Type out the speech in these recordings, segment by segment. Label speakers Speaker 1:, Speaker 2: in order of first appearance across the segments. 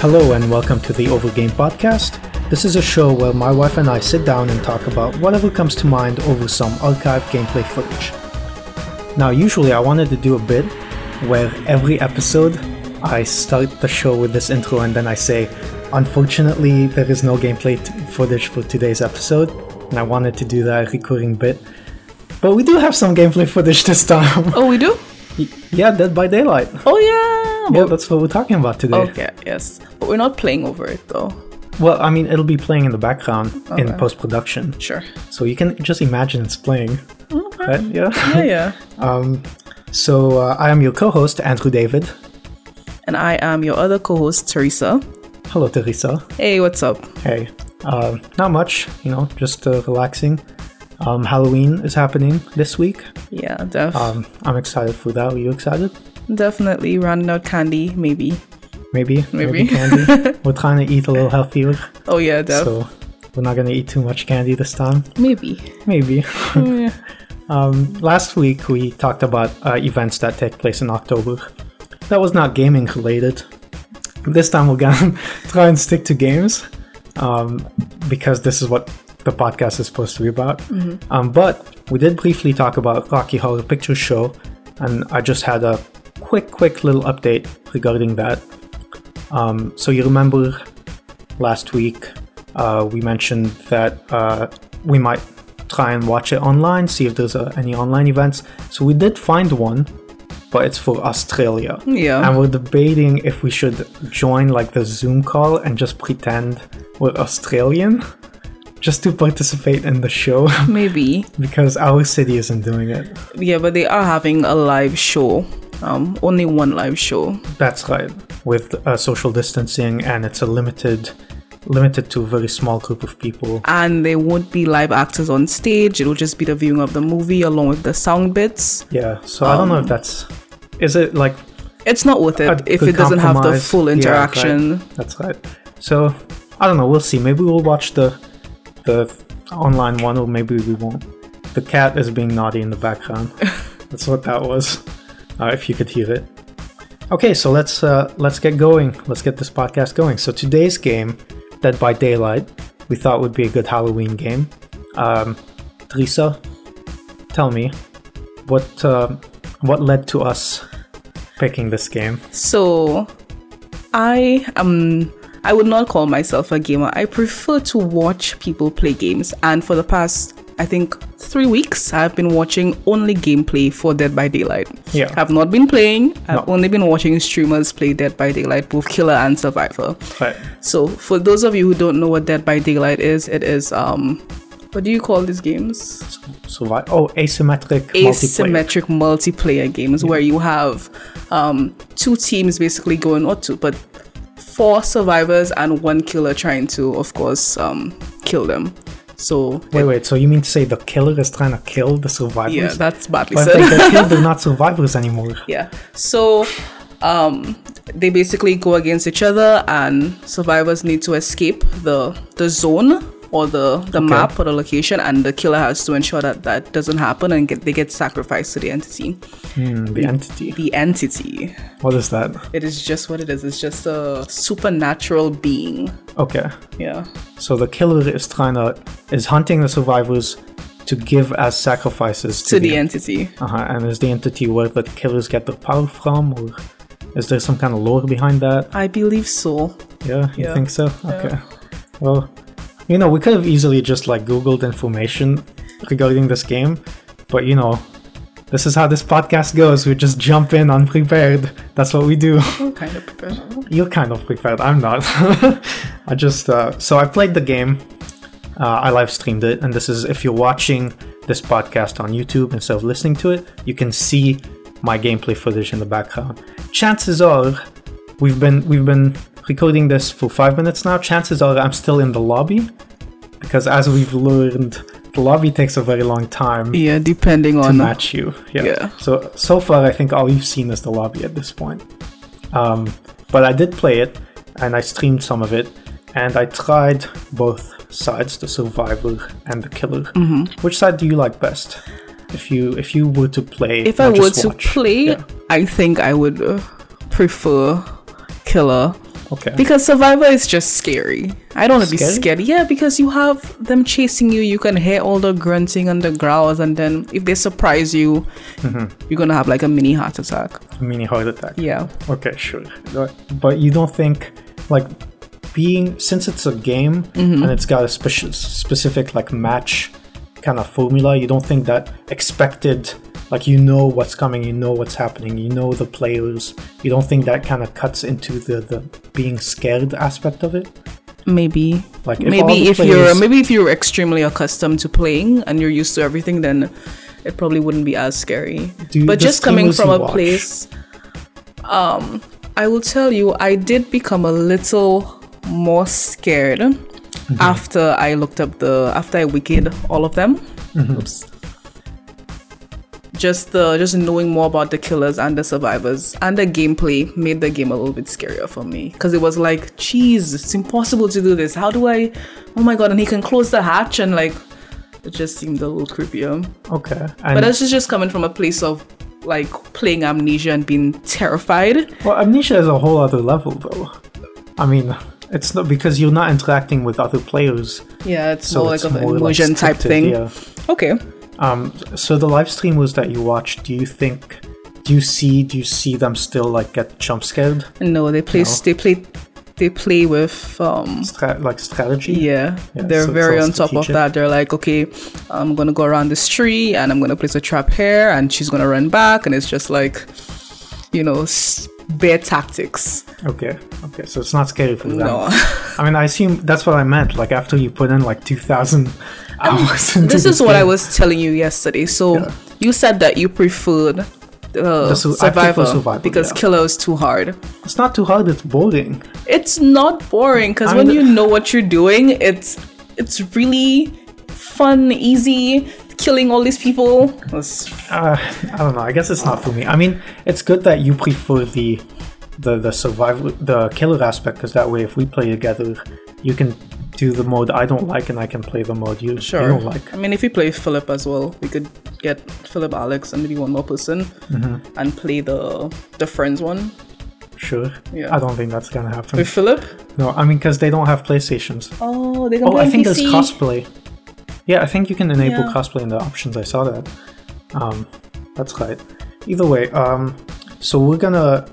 Speaker 1: Hello, and welcome to the Overgame Podcast. This is a show where my wife and I sit down and talk about whatever comes to mind over some archived gameplay footage. Now, usually I wanted to do a bit where every episode I start the show with this intro and then I say, unfortunately, there is no gameplay t- footage for today's episode, and I wanted to do that recurring bit. But we do have some gameplay footage this time.
Speaker 2: Oh, we do?
Speaker 1: yeah, Dead by Daylight.
Speaker 2: Oh, yeah.
Speaker 1: Yeah, that's what we're talking about today.
Speaker 2: Okay, yes. But we're not playing over it, though.
Speaker 1: Well, I mean, it'll be playing in the background in post production.
Speaker 2: Sure.
Speaker 1: So you can just imagine it's playing. Right? Yeah.
Speaker 2: Yeah, yeah.
Speaker 1: So uh, I am your co host, Andrew David.
Speaker 2: And I am your other co host, Teresa.
Speaker 1: Hello, Teresa.
Speaker 2: Hey, what's up?
Speaker 1: Hey. Uh, not much, you know, just uh, relaxing. Um, Halloween is happening this week.
Speaker 2: Yeah, def-
Speaker 1: Um, I'm excited for that. Are you excited?
Speaker 2: definitely rounding out candy, maybe.
Speaker 1: Maybe.
Speaker 2: Maybe.
Speaker 1: candy. we're trying to eat a little healthier,
Speaker 2: Oh, yeah, def.
Speaker 1: so we're not going to eat too much candy this time.
Speaker 2: Maybe. Oh,
Speaker 1: Maybe.
Speaker 2: Yeah.
Speaker 1: Last week we talked about uh, events that take place in October. That was not gaming related. This time we're gonna try and stick to games um, because this is what the podcast is supposed to be about. Um, but we did briefly talk about Rocky Horror Picture Show, and I just had a quick, quick little update regarding that. Um, so you remember last week uh, we mentioned that uh, we might try and watch it online see if there's uh, any online events so we did find one but it's for australia
Speaker 2: Yeah.
Speaker 1: and we're debating if we should join like the zoom call and just pretend we're australian just to participate in the show
Speaker 2: Maybe.
Speaker 1: because our city isn't doing it
Speaker 2: Yeah, but they are having a live show. Um, only one live show.
Speaker 1: That's right. With uh, social distancing, and it's a limited, limited to a very small group of people.
Speaker 2: And there won't be live actors on stage. It'll just be the viewing of the movie along with the sound bits.
Speaker 1: Yeah. So I don't know if that's. Is it like
Speaker 2: It's not worth it
Speaker 1: a
Speaker 2: if
Speaker 1: good
Speaker 2: it doesn't have the
Speaker 1: compromise?
Speaker 2: full
Speaker 1: Yeah, right.
Speaker 2: interaction.
Speaker 1: That's right. So I don't know. We'll see. Maybe we'll watch the the online one, or maybe we won't. The cat is being naughty in the background. That's what that was. Uh, if you could hear it. Okay, so let's uh, let's get going. Let's get this podcast going. So today's game, Dead by Daylight, we thought would be a good Halloween game. Um, Teresa, tell me what uh, what led to us picking this game.
Speaker 2: So, I am. I would not call myself a gamer. I prefer to watch people play games, and for the past, I think, three weeks, I've been watching only gameplay for Dead by Daylight.
Speaker 1: Yeah.
Speaker 2: I've not been playing. I've
Speaker 1: No.
Speaker 2: only been watching streamers play Dead by Daylight, both killer and survivor.
Speaker 1: Right.
Speaker 2: So, for those of you who don't know what Dead by Daylight is, it is um, what do you call these games?
Speaker 1: survive. Oh, asymmetric multiplayer.
Speaker 2: asymmetric multiplayer games where you have um, two teams basically going or two, but four survivors and one killer trying to, of course, um, kill them. So
Speaker 1: Wait, wait. So you mean to say the killer is trying to kill the survivors?
Speaker 2: yeah, that's badly
Speaker 1: But if
Speaker 2: said.
Speaker 1: they get killed, they're not survivors anymore.
Speaker 2: yeah. So um, they basically go against each other, and survivors need to escape the the zone. Or the, the map or the location, and the killer has to ensure that that doesn't happen and get, they get sacrificed to the entity.
Speaker 1: Mm, the entity.
Speaker 2: The entity.
Speaker 1: What is that?
Speaker 2: It is just what it is. It's just a supernatural being.
Speaker 1: Okay.
Speaker 2: Yeah.
Speaker 1: So the killer is trying to is hunting the survivors to give as sacrifices to,
Speaker 2: To the entity.
Speaker 1: Uh-huh. And is the entity where the killers get their power from, or is there some kind of lore behind that?
Speaker 2: I believe so.
Speaker 1: Yeah, you
Speaker 2: Yeah.
Speaker 1: think so? Okay. Well, you know, we could have easily just like Googled information regarding this game, but you know, this is how this podcast goes. We just jump in unprepared. That's what we do.
Speaker 2: Kind of prepared.
Speaker 1: You're kind of prepared. I'm not. I just, uh, so I played the game. Uh, I live streamed it, and this is if you're watching this podcast on YouTube instead of listening to it, you can see my gameplay footage in the background. Chances are, we've been we've been recording this for five minutes now. Chances are, I'm still in the lobby because, as we've learned, the lobby takes a very long time
Speaker 2: Yeah, depending
Speaker 1: to
Speaker 2: on
Speaker 1: match you. Yeah.
Speaker 2: Yeah.
Speaker 1: So so far, I think all you've seen is the lobby at this point. Um, but I did play it, and I streamed some of it, and I tried both sides, the survivor and the killer.
Speaker 2: Mm-hmm.
Speaker 1: Which side do you like best? If you if you were to play,
Speaker 2: If I
Speaker 1: not
Speaker 2: were
Speaker 1: just
Speaker 2: to
Speaker 1: watch.
Speaker 2: play,
Speaker 1: Yeah.
Speaker 2: I think I would uh, prefer killer.
Speaker 1: Okay.
Speaker 2: Because Survivor is just scary. I don't want to be
Speaker 1: Scary?
Speaker 2: scared. Yeah, because you have them chasing you. You can hear all the grunting and the growls, and then if they surprise you, you're gonna have like a mini heart attack.
Speaker 1: mini heart attack.
Speaker 2: Yeah.
Speaker 1: Okay, sure. But- But you don't think like being since it's a game
Speaker 2: Mm-hmm.
Speaker 1: and it's got a speci- specific like match kind of formula, you don't think that expected like you know what's coming, you know what's happening, you know the players. You don't think that kind of cuts into the the being scared aspect of it?
Speaker 2: Maybe.
Speaker 1: Like, if all
Speaker 2: maybe
Speaker 1: the
Speaker 2: if you're
Speaker 1: players-
Speaker 2: maybe if you're extremely accustomed to playing and you're used to everything, then it probably wouldn't be as scary.
Speaker 1: Do
Speaker 2: but
Speaker 1: the
Speaker 2: just coming
Speaker 1: streamers
Speaker 2: from
Speaker 1: you
Speaker 2: a
Speaker 1: watch-
Speaker 2: place, um, I will tell you, I did become a little more scared
Speaker 1: Mm-hmm.
Speaker 2: after I looked up the after I wicked all of them. Oops. Just the just knowing more about the killers and the survivors and the gameplay made the game a little bit scarier for me because it was like, geez, it's impossible to do this. How do I? Oh my god! And he can close the hatch and like, it just seemed a little creepier.
Speaker 1: Okay.
Speaker 2: But
Speaker 1: And
Speaker 2: that's just- just coming from a place of like playing amnesia and being terrified.
Speaker 1: well, amnesia is a whole other level though. I mean, it's not because you're not interacting with other players.
Speaker 2: Yeah, it's
Speaker 1: So
Speaker 2: more
Speaker 1: it's
Speaker 2: like an
Speaker 1: more like
Speaker 2: immersion type
Speaker 1: scripted,
Speaker 2: thing.
Speaker 1: yeah.
Speaker 2: Okay.
Speaker 1: Um, so the live streamers that you watch, do you think, do you see, do you see them still like get jump scared,
Speaker 2: No, they play they play they play with um
Speaker 1: Stra- like strategy?
Speaker 2: yeah,
Speaker 1: Yeah,
Speaker 2: they're
Speaker 1: so it's
Speaker 2: very
Speaker 1: all
Speaker 2: on top of
Speaker 1: strategic.
Speaker 2: that. They're like, okay, I'm gonna go around this tree and I'm gonna place a trap here, and she's gonna run back, and it's just like, you know, s- bare tactics.
Speaker 1: Okay. Okay. So it's not scary for them.
Speaker 2: No.
Speaker 1: I mean, I assume that's what I meant. Like after you put in like two thousand hours. Into
Speaker 2: Oh, this
Speaker 1: the
Speaker 2: is what I
Speaker 1: game.
Speaker 2: was telling you yesterday. So you said that you preferred uh,
Speaker 1: su- I
Speaker 2: survivor,
Speaker 1: prefer Survivor,
Speaker 2: because
Speaker 1: yeah.
Speaker 2: Killer is too hard.
Speaker 1: It's not too hard. It's boring.
Speaker 2: It's not boring because when
Speaker 1: I'm-
Speaker 2: you know what you're doing, it's it's really fun, easy. Killing all these people was
Speaker 1: Uh, I don't know. I guess it's not for me. I mean, it's good that you prefer the the the survival the killer aspect because that way, if we play together, you can do the mode I don't like and I can play the mode you,
Speaker 2: sure.
Speaker 1: you don't like.
Speaker 2: I mean, if we play Philip as well, we could get Philip, Alex, and maybe one more person,
Speaker 1: Mm-hmm.
Speaker 2: and play the the friends one
Speaker 1: Sure.
Speaker 2: Yeah.
Speaker 1: I don't think that's gonna happen.
Speaker 2: with Philip.
Speaker 1: no, I mean because they don't have PlayStations.
Speaker 2: Oh, they can
Speaker 1: Oh,
Speaker 2: play
Speaker 1: I
Speaker 2: on
Speaker 1: think there's
Speaker 2: PC.
Speaker 1: crossplay. Yeah, I think you can enable
Speaker 2: Yeah.
Speaker 1: crossplay in the options. I saw that. Um, that's right. Either way, um, so we're gonna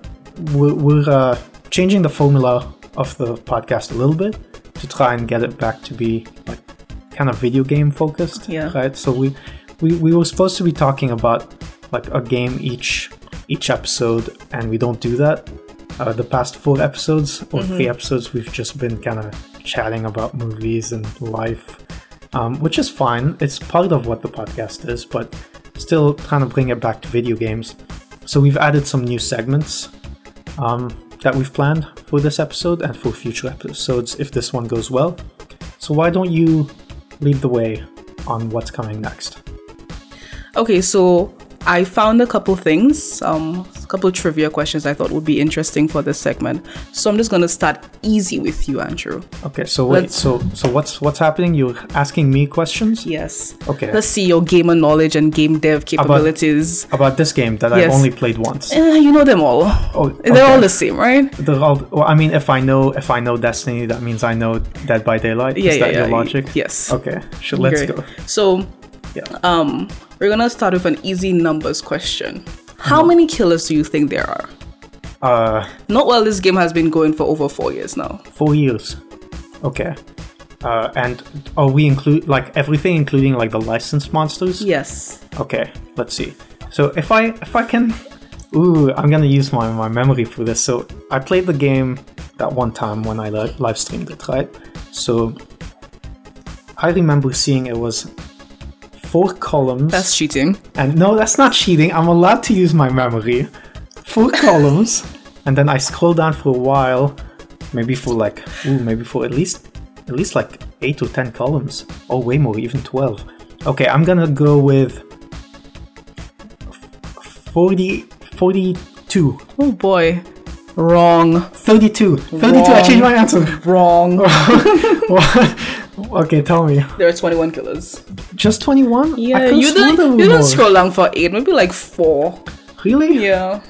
Speaker 1: we're, we're uh, changing the formula of the podcast a little bit to try and get it back to be like kind of video game focused.
Speaker 2: Yeah.
Speaker 1: Right. So we we, we were supposed to be talking about like a game each each episode, and we don't do that. Uh, the past four episodes or three episodes, we've just been kind of chatting about movies and life, um, which is fine. It's part of what the podcast is, but still trying to bring it back to video games. So we've added some new segments um, that we've planned for this episode and for future episodes if this one goes well. So why don't you lead the way on what's coming next?
Speaker 2: Okay, so I found a couple things, um, a couple trivia questions I thought would be interesting for this segment. So I'm just gonna start easy with you, Andrew.
Speaker 1: Okay, so wait,
Speaker 2: Let's-
Speaker 1: so so what's what's happening? You're asking me questions
Speaker 2: Yes.
Speaker 1: Okay.
Speaker 2: Let's see your gamer knowledge and game dev capabilities.
Speaker 1: about this game that
Speaker 2: Yes.
Speaker 1: I've only played once.
Speaker 2: Eh, you know them all.
Speaker 1: Oh,
Speaker 2: They're all
Speaker 1: okay.
Speaker 2: the same, right?
Speaker 1: They're all- well, I mean, if I know if I know Destiny, that means I know Dead by Daylight.
Speaker 2: Yeah,
Speaker 1: Is
Speaker 2: yeah,
Speaker 1: that
Speaker 2: yeah.
Speaker 1: your logic?
Speaker 2: Yes.
Speaker 1: Okay, sure. Let's
Speaker 2: Great.
Speaker 1: go.
Speaker 2: So,
Speaker 1: Yeah.
Speaker 2: um, we're gonna start with an easy numbers question. How many killers do you think there are?
Speaker 1: Uh,
Speaker 2: Not well. This game has been going for over four years now.
Speaker 1: four years. Okay. Uh, and are we include like everything, including like the licensed monsters?
Speaker 2: Yes.
Speaker 1: Okay, let's see. So if I if I can, ooh, I'm gonna use my my memory for this. So I played the game that one time when I li- live streamed it, right? So I remember seeing it was four columns.
Speaker 2: That's cheating.
Speaker 1: And no, that's not cheating. I'm allowed to use my memory. Four columns, and then I scroll down for a while, maybe for like, ooh, maybe for at least, at least like eight or ten columns, or way more, even twelve. Okay, I'm gonna go with 40, 42,
Speaker 2: Oh boy. Wrong.
Speaker 1: 32, 32. I changed my answer.
Speaker 2: Wrong.
Speaker 1: okay, tell me.
Speaker 2: There are 21 killers.
Speaker 1: Just twenty-one?
Speaker 2: Yeah, you didn't, you didn't scroll down for eight, maybe like four.
Speaker 1: Really?
Speaker 2: Yeah.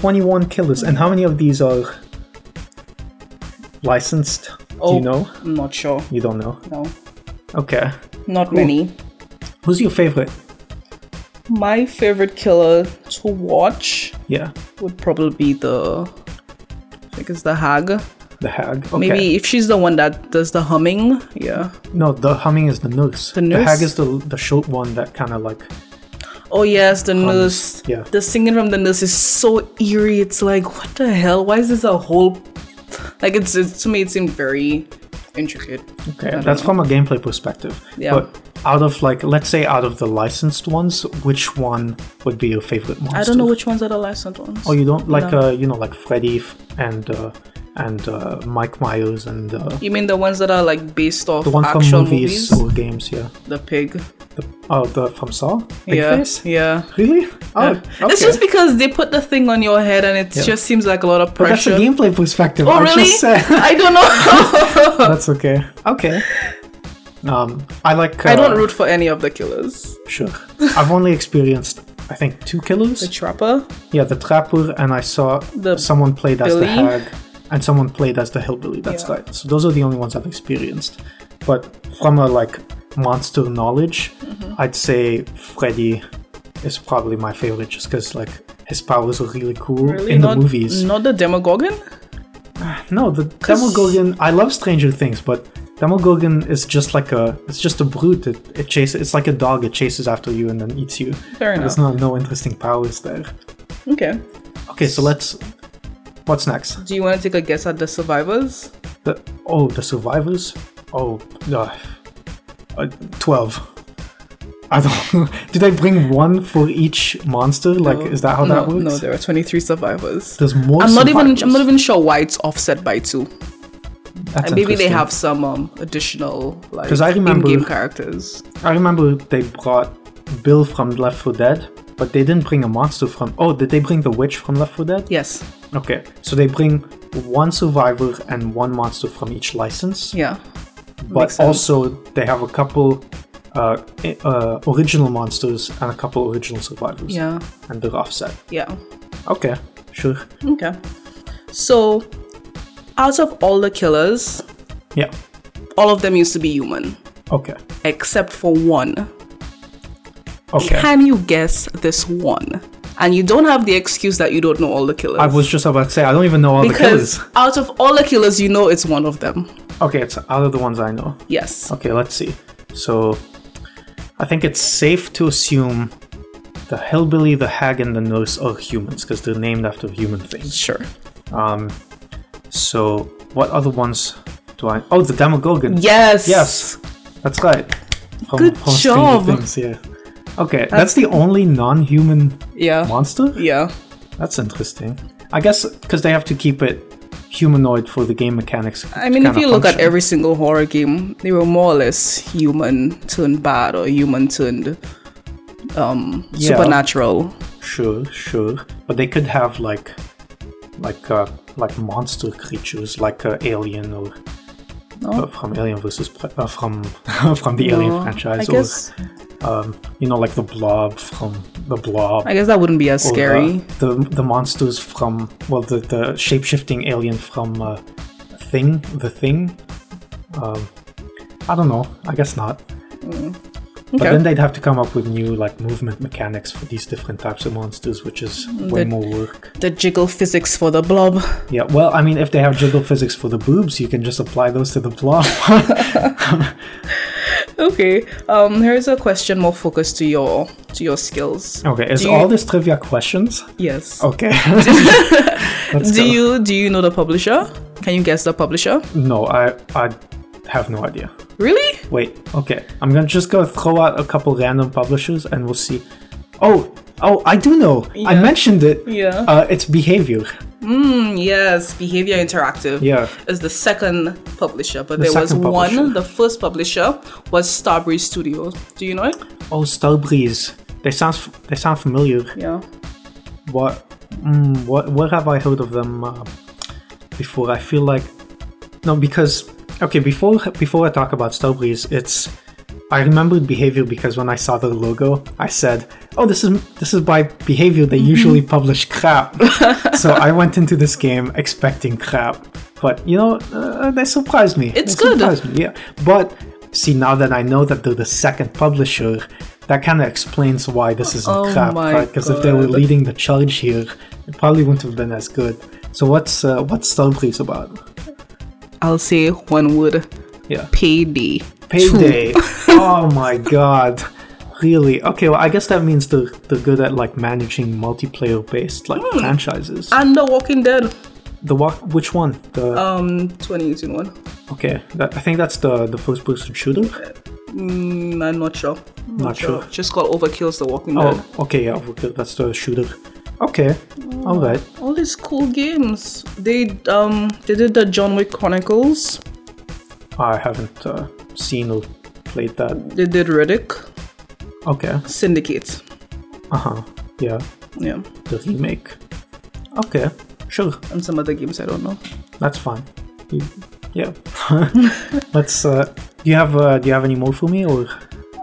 Speaker 1: Twenty-one killers, and how many of these are? licensed? Do
Speaker 2: Oh.
Speaker 1: you know?
Speaker 2: I'm not sure.
Speaker 1: You don't know.
Speaker 2: No,
Speaker 1: Okay.
Speaker 2: not many.
Speaker 1: Who's your favorite?
Speaker 2: My favorite killer to watch
Speaker 1: Yeah,
Speaker 2: would probably be the. I think it's the hag.
Speaker 1: the hag. Okay.
Speaker 2: Maybe if she's the one that does the humming. Yeah.
Speaker 1: No, the humming is the nurse.
Speaker 2: The
Speaker 1: The hag
Speaker 2: nurse?
Speaker 1: is the the short one that kind of like
Speaker 2: Oh yes, the nurse.
Speaker 1: yeah.
Speaker 2: The singing from the nurse is so eerie. It's like, what the hell? Why is this a whole? Like it's, it's to me, it seemed very intricate.
Speaker 1: okay. That's from a gameplay perspective.
Speaker 2: Yeah.
Speaker 1: But out of like, let's say out of the licensed ones, which one would be your favorite monster?
Speaker 2: I don't know which ones are the licensed ones.
Speaker 1: Oh, you don't like
Speaker 2: No.
Speaker 1: uh, you know like Freddy f- and uh, and uh, Mike Myers and uh,
Speaker 2: You mean the ones that are like based off
Speaker 1: the one from
Speaker 2: actual
Speaker 1: movies,
Speaker 2: movies?
Speaker 1: or games, yeah.
Speaker 2: The pig.
Speaker 1: The, oh, the from Saw. Big
Speaker 2: yeah.
Speaker 1: Face?
Speaker 2: Yeah.
Speaker 1: Really? Oh, okay.
Speaker 2: It's just because they put the thing on your head and it just seems like a lot of
Speaker 1: But that's a
Speaker 2: pressure.
Speaker 1: gameplay perspective.
Speaker 2: oh
Speaker 1: I
Speaker 2: really?
Speaker 1: just said.
Speaker 2: I don't know.
Speaker 1: That's okay. Okay. Um, I like. Uh,
Speaker 2: I don't root for any of the killers.
Speaker 1: Sure. I've only experienced, I think, two
Speaker 2: The
Speaker 1: killers.
Speaker 2: trapper.
Speaker 1: Yeah, the trapper, and I saw
Speaker 2: The
Speaker 1: someone played as the
Speaker 2: Billy?
Speaker 1: hag, and someone played as the hillbilly. That's
Speaker 2: Yeah.
Speaker 1: right. So those are the only ones I've experienced. But from a like monster knowledge,
Speaker 2: Mm-hmm.
Speaker 1: I'd say Freddy is probably my favorite, just because like his powers are really cool
Speaker 2: Really
Speaker 1: in
Speaker 2: not,
Speaker 1: the movies.
Speaker 2: Not the Demogorgon.
Speaker 1: No, the
Speaker 2: 'Cause-
Speaker 1: Demogorgon. I love Stranger Things, but Demogorgon is just like a. It's just a brute. It, it chases. It's like a dog. It chases after you and then eats you.
Speaker 2: Fair enough.
Speaker 1: There's not no interesting powers there.
Speaker 2: Okay.
Speaker 1: Okay, so let's. What's next?
Speaker 2: Do you want to take a guess at the survivors?
Speaker 1: The oh, the survivors. Oh, uh, uh, twelve. I don't. Did I bring one for each monster? Like, is that how
Speaker 2: no,
Speaker 1: that works?
Speaker 2: No, there are 23 survivors.
Speaker 1: There's more.
Speaker 2: I'm not even. I'm
Speaker 1: survivors.
Speaker 2: not even sure why it's offset by two.
Speaker 1: That's
Speaker 2: And maybe they
Speaker 1: interesting.
Speaker 2: have some um, additional like
Speaker 1: 'Cause I remember-
Speaker 2: in-game characters.
Speaker 1: I remember they brought Bill from Left 4 Dead, but they didn't bring a monster from. Oh, did they bring the witch from Left 4 Dead?
Speaker 2: Yes.
Speaker 1: Okay, so they bring one survivor and one monster from each license,
Speaker 2: Yeah.
Speaker 1: but
Speaker 2: makes sense.
Speaker 1: also they have a couple uh, i- uh, original monsters and a couple original survivors.
Speaker 2: Yeah.
Speaker 1: And they're offset.
Speaker 2: Yeah.
Speaker 1: Okay, sure.
Speaker 2: Okay. So, out of all the killers,
Speaker 1: Yeah,
Speaker 2: all of them used to be human,
Speaker 1: okay.
Speaker 2: except for one.
Speaker 1: Okay.
Speaker 2: Can you guess this one? And you don't have the excuse that you don't know all the killers.
Speaker 1: I was just about to say, I don't even know all the
Speaker 2: because
Speaker 1: killers.
Speaker 2: out of all the killers, you know it's one of them.
Speaker 1: Okay, it's out of the ones I know.
Speaker 2: Yes.
Speaker 1: Okay, let's see. So, I think it's safe to assume the hillbilly, the hag, and the nurse are humans because they're named after human things.
Speaker 2: Sure.
Speaker 1: So, what other ones do I? Oh, the Demogorgon.
Speaker 2: Yes.
Speaker 1: Yes, that's right. From-
Speaker 2: Good
Speaker 1: from Stranger
Speaker 2: job.
Speaker 1: Things, yeah. Okay, that's, the only non-human
Speaker 2: Yeah.
Speaker 1: monster.
Speaker 2: Yeah.
Speaker 1: That's interesting. I guess because they have to keep it humanoid for the game mechanics.
Speaker 2: I mean, if you look at every single horror game, they were more or less human turned bad or human turned um,
Speaker 1: Yeah.
Speaker 2: supernatural.
Speaker 1: Sure, sure, but they could have like, like, uh, like monster creatures, like uh, Alien or uh, from Alien versus Pre- uh, from from the Alien
Speaker 2: Well,
Speaker 1: franchise,
Speaker 2: I guess
Speaker 1: or you know, like the Blob from the Blob.
Speaker 2: I guess that wouldn't be as
Speaker 1: or, uh,
Speaker 2: scary.
Speaker 1: the the monsters from well, the the shape shifting alien from uh, Thing, the Thing. Um, I don't know. I guess not. But
Speaker 2: Okay.
Speaker 1: then they'd have to come up with new like movement mechanics for these different types of monsters, which is way
Speaker 2: the-
Speaker 1: more work.
Speaker 2: The jiggle physics for the blob.
Speaker 1: Yeah, well, I mean, if they have jiggle physics for the boobs, you can just apply those to the plot.
Speaker 2: Okay. Um, here's a question more focused to your to your skills.
Speaker 1: okay, is
Speaker 2: Do you-
Speaker 1: all this trivia questions?
Speaker 2: Yes.
Speaker 1: Okay. Oh, Let's go.
Speaker 2: do you do you know the publisher? Can you guess the publisher?
Speaker 1: No, I I have no idea.
Speaker 2: Really?
Speaker 1: Wait, okay. I'm gonna just go throw out a couple random publishers and we'll see. Oh, oh, I do know. I
Speaker 2: Yeah.
Speaker 1: mentioned it.
Speaker 2: Yeah.
Speaker 1: Uh, it's behavior.
Speaker 2: Mm, yes, Behavior Interactive.
Speaker 1: Yeah.
Speaker 2: Is the second publisher, but there was
Speaker 1: second publisher.
Speaker 2: one. The first publisher was Starbreeze Studios. Do you know it?
Speaker 1: Oh, Starbreeze. They sound f- they sound familiar.
Speaker 2: Yeah.
Speaker 1: What mm, what what have I heard of them uh, before? I feel like no, because okay, before before I talk about Starbreeze, it's I remembered behavior because when I saw the logo, I said, "Oh, this is this is by
Speaker 2: Mm-hmm.
Speaker 1: behavior. They usually publish crap." so I went into this game expecting crap, But you know, uh, they surprised me.
Speaker 2: It's
Speaker 1: They
Speaker 2: good.
Speaker 1: Surprised me. Yeah, but see, now that I know that they're the second publisher, that kind of explains why this isn't
Speaker 2: Oh
Speaker 1: crap,
Speaker 2: my
Speaker 1: right? Because if they were
Speaker 2: God.
Speaker 1: leading the charge here, it probably wouldn't have been as good. So what's uh, what's Starbreeze about?
Speaker 2: I'll say one word
Speaker 1: Yeah,
Speaker 2: payday.
Speaker 1: payday. oh my god. Really? Okay, well, I guess that means they're, they're good at like managing multiplayer-based like
Speaker 2: Hmm.
Speaker 1: franchises.
Speaker 2: And The Walking Dead.
Speaker 1: The walk, which one? The
Speaker 2: Um, 2018 one.
Speaker 1: okay, that, I think that's the the first person shooter.
Speaker 2: Mm, I'm not sure.
Speaker 1: Not sure.
Speaker 2: Just called Overkill's The Walking Dead.
Speaker 1: Oh, okay, yeah, okay, that's the shooter. Okay, all right.
Speaker 2: All these cool games. They um they did the John Wick Chronicles.
Speaker 1: I haven't uh, seen or played that.
Speaker 2: They did Riddick.
Speaker 1: Okay,
Speaker 2: Syndicate.
Speaker 1: uh huh, yeah,
Speaker 2: Yeah.
Speaker 1: the remake. Okay, sure,
Speaker 2: And some other games I don't know.
Speaker 1: that's fine. You, yeah, let's. Uh, do you have uh, Do you have any more for me or?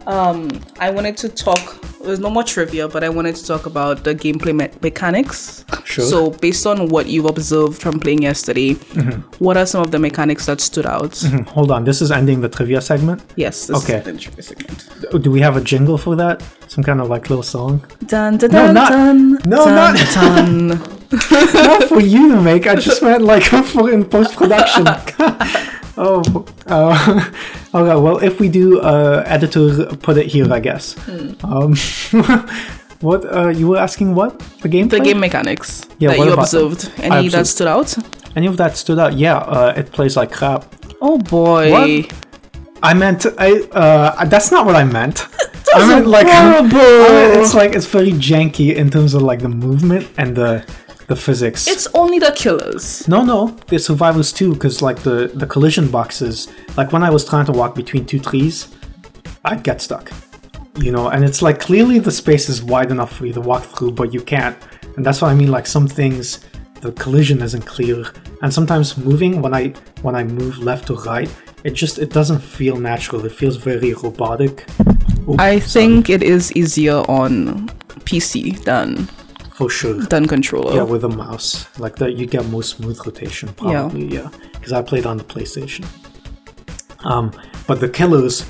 Speaker 2: Um, I wanted to talk. There's no more trivia, but I wanted to talk about the gameplay me- mechanics.
Speaker 1: Sure.
Speaker 2: So, based on what you've observed from playing yesterday,
Speaker 1: Mm-hmm.
Speaker 2: what are some of the mechanics that stood out?
Speaker 1: Hmm, Hold on, this is ending the trivia segment.
Speaker 2: Yes. This
Speaker 1: Okay.
Speaker 2: Is an interesting segment.
Speaker 1: Do we have a jingle for that? Some kind of like little song?
Speaker 2: Dun, dun,
Speaker 1: No,
Speaker 2: dun,
Speaker 1: not-
Speaker 2: dun,
Speaker 1: no,
Speaker 2: dun,
Speaker 1: not-
Speaker 2: dun.
Speaker 1: not for you to make. I just meant like for in post production. oh, uh, all right. Well, if we do, uh, editor, put it here, I guess. Um, what uh, you were asking? What the gameplay?
Speaker 2: the game mechanics
Speaker 1: Yeah,
Speaker 2: that
Speaker 1: what
Speaker 2: you
Speaker 1: about them?
Speaker 2: observed. Any that
Speaker 1: observed-
Speaker 2: stood out?
Speaker 1: Any of that stood out? Yeah, uh, it plays like crap.
Speaker 2: Oh boy.
Speaker 1: What? I meant I. Uh, that's not what I meant. I
Speaker 2: is
Speaker 1: meant like
Speaker 2: horrible.
Speaker 1: I meant it's like it's very janky in terms of like the movement and the the physics.
Speaker 2: It's only the killers.
Speaker 1: No, no, the survivors too, because like the the collision boxes, like when I was trying to walk between two trees, I'd get stuck, you know. And it's like clearly the space is wide enough for you to walk through, but you can't. And that's what I mean. Like some things, the collision isn't clear, and sometimes moving when I when I move left to right, it just it doesn't feel natural. It feels very robotic. Ooh,
Speaker 2: I think it is easier on PC than
Speaker 1: for sure.
Speaker 2: than controller.
Speaker 1: Yeah, with a mouse, like that, you get more smooth rotation, probably. Yeah, because I played on the PlayStation. Um, but the killers,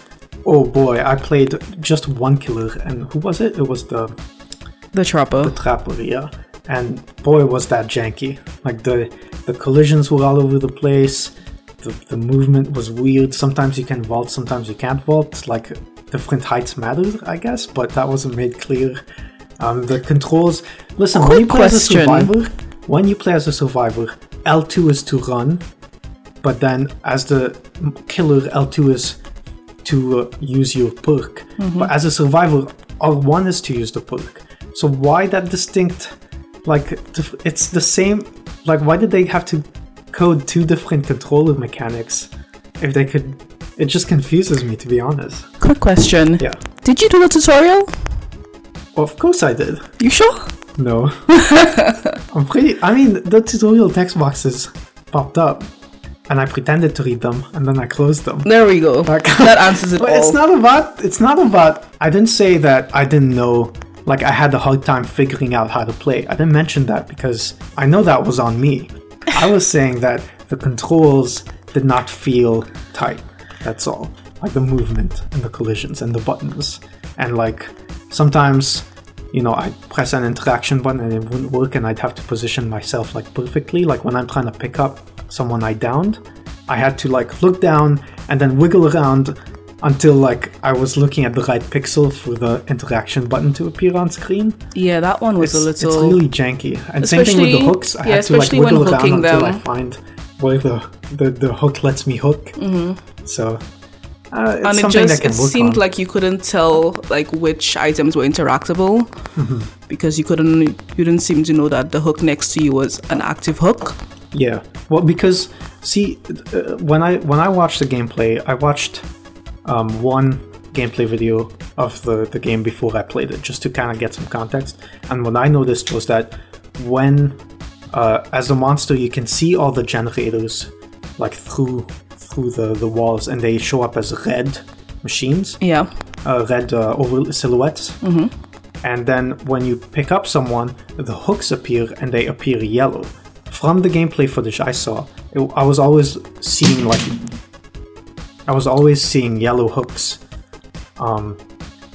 Speaker 1: oh boy, I played just one killer, and who was it? It was the
Speaker 2: the trapper.
Speaker 1: Trapper, yeah. And boy, was that janky! Like the the collisions were all over the place. The, the movement was weird. Sometimes you can vault, sometimes you can't vault. Like different heights matter, I guess, but that wasn't made clear. Um, the controls. Listen, when you
Speaker 2: Quick
Speaker 1: play as a
Speaker 2: question.
Speaker 1: survivor, when you play as a survivor, L two is to run, but then as the m- killer, L2 is to uh, use your perk. But as a survivor, R1 is to use the perk. So why that distinct? Like, dif- it's the same. Like, why did they have to code two different controller mechanics if they could? It just confuses me, to be honest.
Speaker 2: Quick question.
Speaker 1: Yeah.
Speaker 2: Did you do the tutorial?
Speaker 1: Of course I did.
Speaker 2: You sure?
Speaker 1: No. I'm pretty. I mean, the tutorial text boxes popped up, and I pretended to read them, and then I closed them.
Speaker 2: There we go. that answers it
Speaker 1: Oh But
Speaker 2: all.
Speaker 1: it's not about. It's not about. I didn't say that I didn't know. Like I had a hard time figuring out how to play. I didn't mention that because I know that was on me. I was saying that the controls did not feel tight. That's all. Like the movement and the collisions and the buttons. And like sometimes, you know, I'd press an interaction button and it wouldn't work and I'd have to position myself like perfectly. Like when I'm trying to pick up someone I downed, I had to like look down and then wiggle around until like I was looking at the right pixel for the interaction button to appear on screen.
Speaker 2: yeah, that one was a
Speaker 1: It's,
Speaker 2: little.
Speaker 1: really janky. And same thing with the
Speaker 2: Especially-
Speaker 1: hooks. I
Speaker 2: yeah,
Speaker 1: had to like
Speaker 2: especially when
Speaker 1: wiggle around
Speaker 2: hooking
Speaker 1: until I
Speaker 2: them.
Speaker 1: find where the, the, the hook lets me hook. So uh, it's
Speaker 2: Mm-hmm. and it
Speaker 1: something that
Speaker 2: just
Speaker 1: can
Speaker 2: it
Speaker 1: work
Speaker 2: seemed
Speaker 1: on.
Speaker 2: like you couldn't tell like which items were interactable
Speaker 1: Mm-hmm.
Speaker 2: because you couldn't you didn't seem to know that the hook next to you was an active hook.
Speaker 1: Yeah. Well, because see, uh, when I when I watched the gameplay, I watched um, one gameplay video of the the game before I played it, just to kind of get some context. And what I noticed was that when uh, as a monster, you can see all the generators like through through the the walls, and they show up as red machines
Speaker 2: Yeah.
Speaker 1: uh, red uh, oval silhouettes. And then when you pick up someone, the hooks appear and they appear yellow. From the gameplay footage I saw, it, I was always seeing like I was always seeing yellow hooks. Um,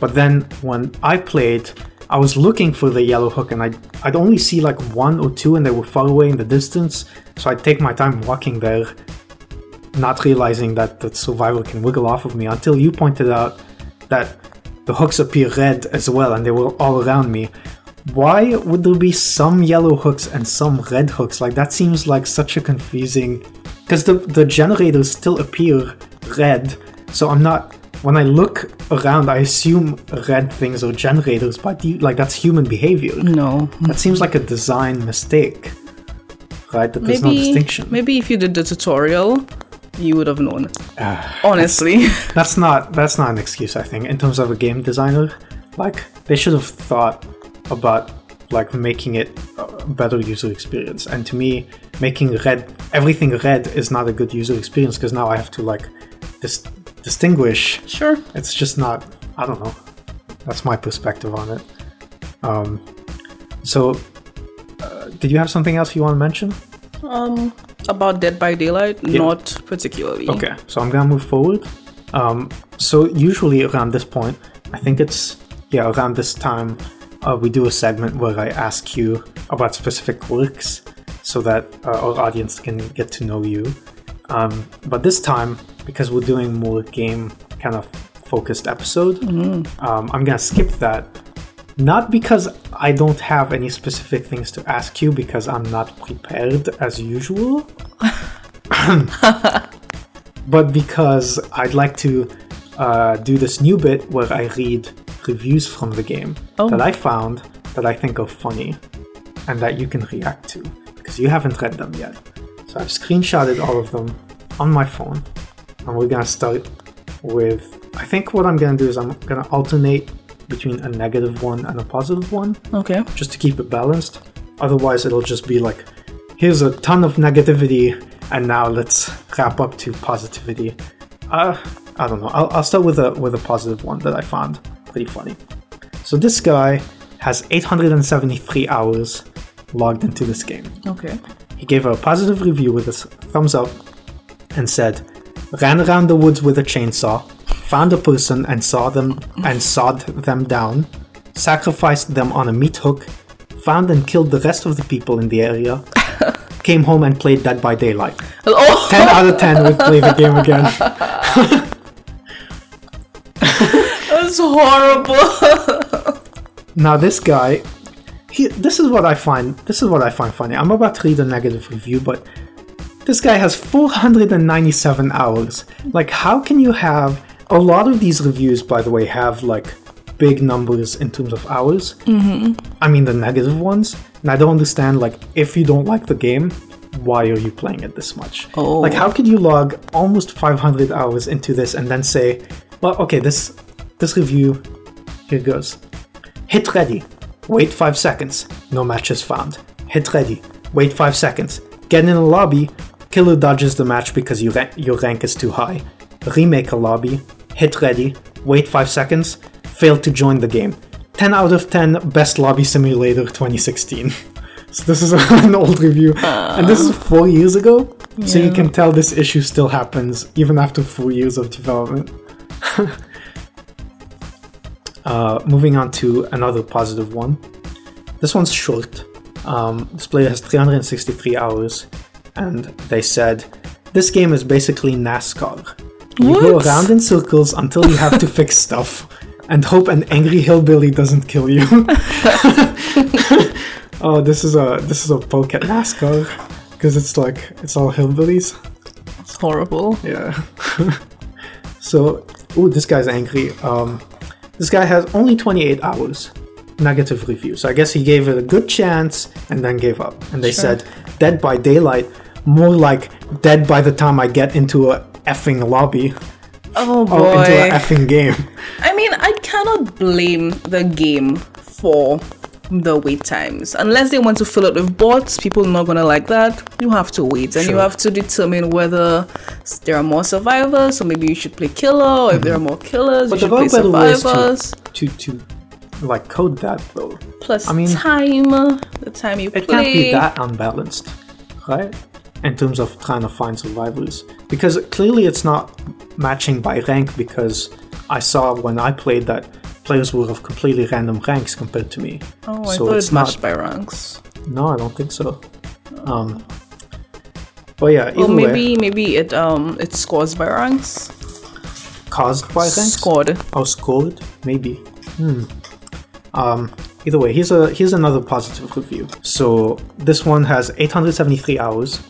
Speaker 1: but then when I played, I was looking for the yellow hook and I I'd only see like one or two and they were far away in the distance. So I'd take my time walking there, not realizing that the survivor can wiggle off of me until you pointed out that the hooks appear red as well and they were all around me. Why would there be some yellow hooks and some red hooks? Like that seems like such a confusing because the the generators still appear red. So I'm not when I look around, I assume red things are generators, but you, like that's human behavior.
Speaker 2: No.
Speaker 1: That seems like a design mistake, right? That there's no distinction.
Speaker 2: Maybe if you did the tutorial, you would have known.
Speaker 1: Ah.
Speaker 2: Honestly.
Speaker 1: That's not that's not an excuse. I think in terms of a game designer, like they should have thought about like making it a better user experience. And to me, making red everything red is not a good user experience because now I have to like dis- distinguish
Speaker 2: sure.
Speaker 1: it's just not i don't know that's my perspective on it um so uh, did you have something else you want to mention
Speaker 2: Um, about Dead by Daylight, not particularly.
Speaker 1: okay so i'm gonna move forward um so usually around this point i think it's yeah around this time uh, we do a segment where i ask you about specific works so that uh, our audience can get to know you um, but this time because we're doing more game kind of focused episode um, i'm gonna skip that not because I don't have any specific things to ask you, because I'm not prepared as usual, but because I'd like to uh, do this new bit where I read reviews from the game
Speaker 2: Oh.
Speaker 1: that I found that I think are funny and that you can react to, because you haven't read them yet. So I've screenshotted all of them on my phone, and we're gonna start with. I think what I'm gonna do is I'm gonna alternate between a negative one and a positive one,
Speaker 2: Okay.
Speaker 1: just to keep it balanced. Otherwise, it'll just be like, here's a ton of negativity, and now let's wrap up to positivity. Uh, I don't know. I'll, I'll start with a with a positive one that I found pretty funny. So this guy has 873 hours logged into this game.
Speaker 2: Okay.
Speaker 1: He gave her a positive review with a s- thumbs up and said, ran around the woods with a chainsaw, found a person and saw them and sawed them down, sacrificed them on a meat hook, found and killed the rest of the people in the area, came home and played Dead by Daylight.
Speaker 2: Oh,
Speaker 1: 10 out of 10 would play the game again.
Speaker 2: that's horrible.
Speaker 1: Now this guy, he, this is what I find. This is what I find funny. I'm about to read a negative review, but this guy has 497 hours. Like, how can you have a lot of these reviews? By the way, have like big numbers in terms of hours. Mm-hmm. I mean the negative ones, and I don't understand. Like, if you don't like the game, why are you playing it this much?
Speaker 2: Oh.
Speaker 1: Like, how could you log almost 500 hours into this and then say, well, okay, this this review here goes. Hit ready. Wait 5 seconds. No matches found. Hit ready. Wait 5 seconds. Get in a lobby. Killer dodges the match because your, rank, your rank is too high. Remake a lobby. Hit ready. Wait 5 seconds. Fail to join the game. 10 out of 10 Best Lobby Simulator 2016. so this is an old review. and this is 4 years ago. So you can tell this issue still happens even after 4 years of development. Uh, moving on to another positive one. This one's short. Um, this player has 363 hours, and they said, This game is basically NASCAR. You go
Speaker 2: What?
Speaker 1: around in circles until you have to fix stuff and hope an angry hillbilly doesn't kill you. oh, this is a this is a poke at NASCAR because it's like it's all hillbillies.
Speaker 2: It's horrible.
Speaker 1: Yeah. so, ooh, this guy's angry. Um, this guy has only 28 hours. Negative review. So I guess he gave it a good chance and then gave up. And they said, Dead by Daylight, more like dead by the time I get into a effing lobby
Speaker 2: Oh boy.
Speaker 1: or into a effing game.
Speaker 2: I mean, I cannot blame the game for the wait times. Unless they want to fill it with bots, people not gonna like that. You have to wait, and you
Speaker 1: Sure.
Speaker 2: have to determine whether s- there are more survivors. So maybe you should play killer, or if there are more killers,
Speaker 1: Mm-hmm. But
Speaker 2: you
Speaker 1: there
Speaker 2: should play
Speaker 1: are better ways
Speaker 2: survivors.
Speaker 1: to, to, to like code that though.
Speaker 2: Plus
Speaker 1: I mean-
Speaker 2: time, uh, the time you
Speaker 1: It
Speaker 2: play.
Speaker 1: can't be that unbalanced, right? in terms of trying to find survivors because clearly it's not matching by rank because I saw when I played that players were of completely random ranks compared to me.
Speaker 2: Oh, I thought it matched by ranks.
Speaker 1: No, I don't think so. Um, but yeah,
Speaker 2: Or
Speaker 1: either way,
Speaker 2: maybe maybe it um it scores by ranks.
Speaker 1: caused by ranks.
Speaker 2: Scored.
Speaker 1: or scored, maybe. Hmm. Um, either way, here's a here's another positive review. So this one has 873 hours.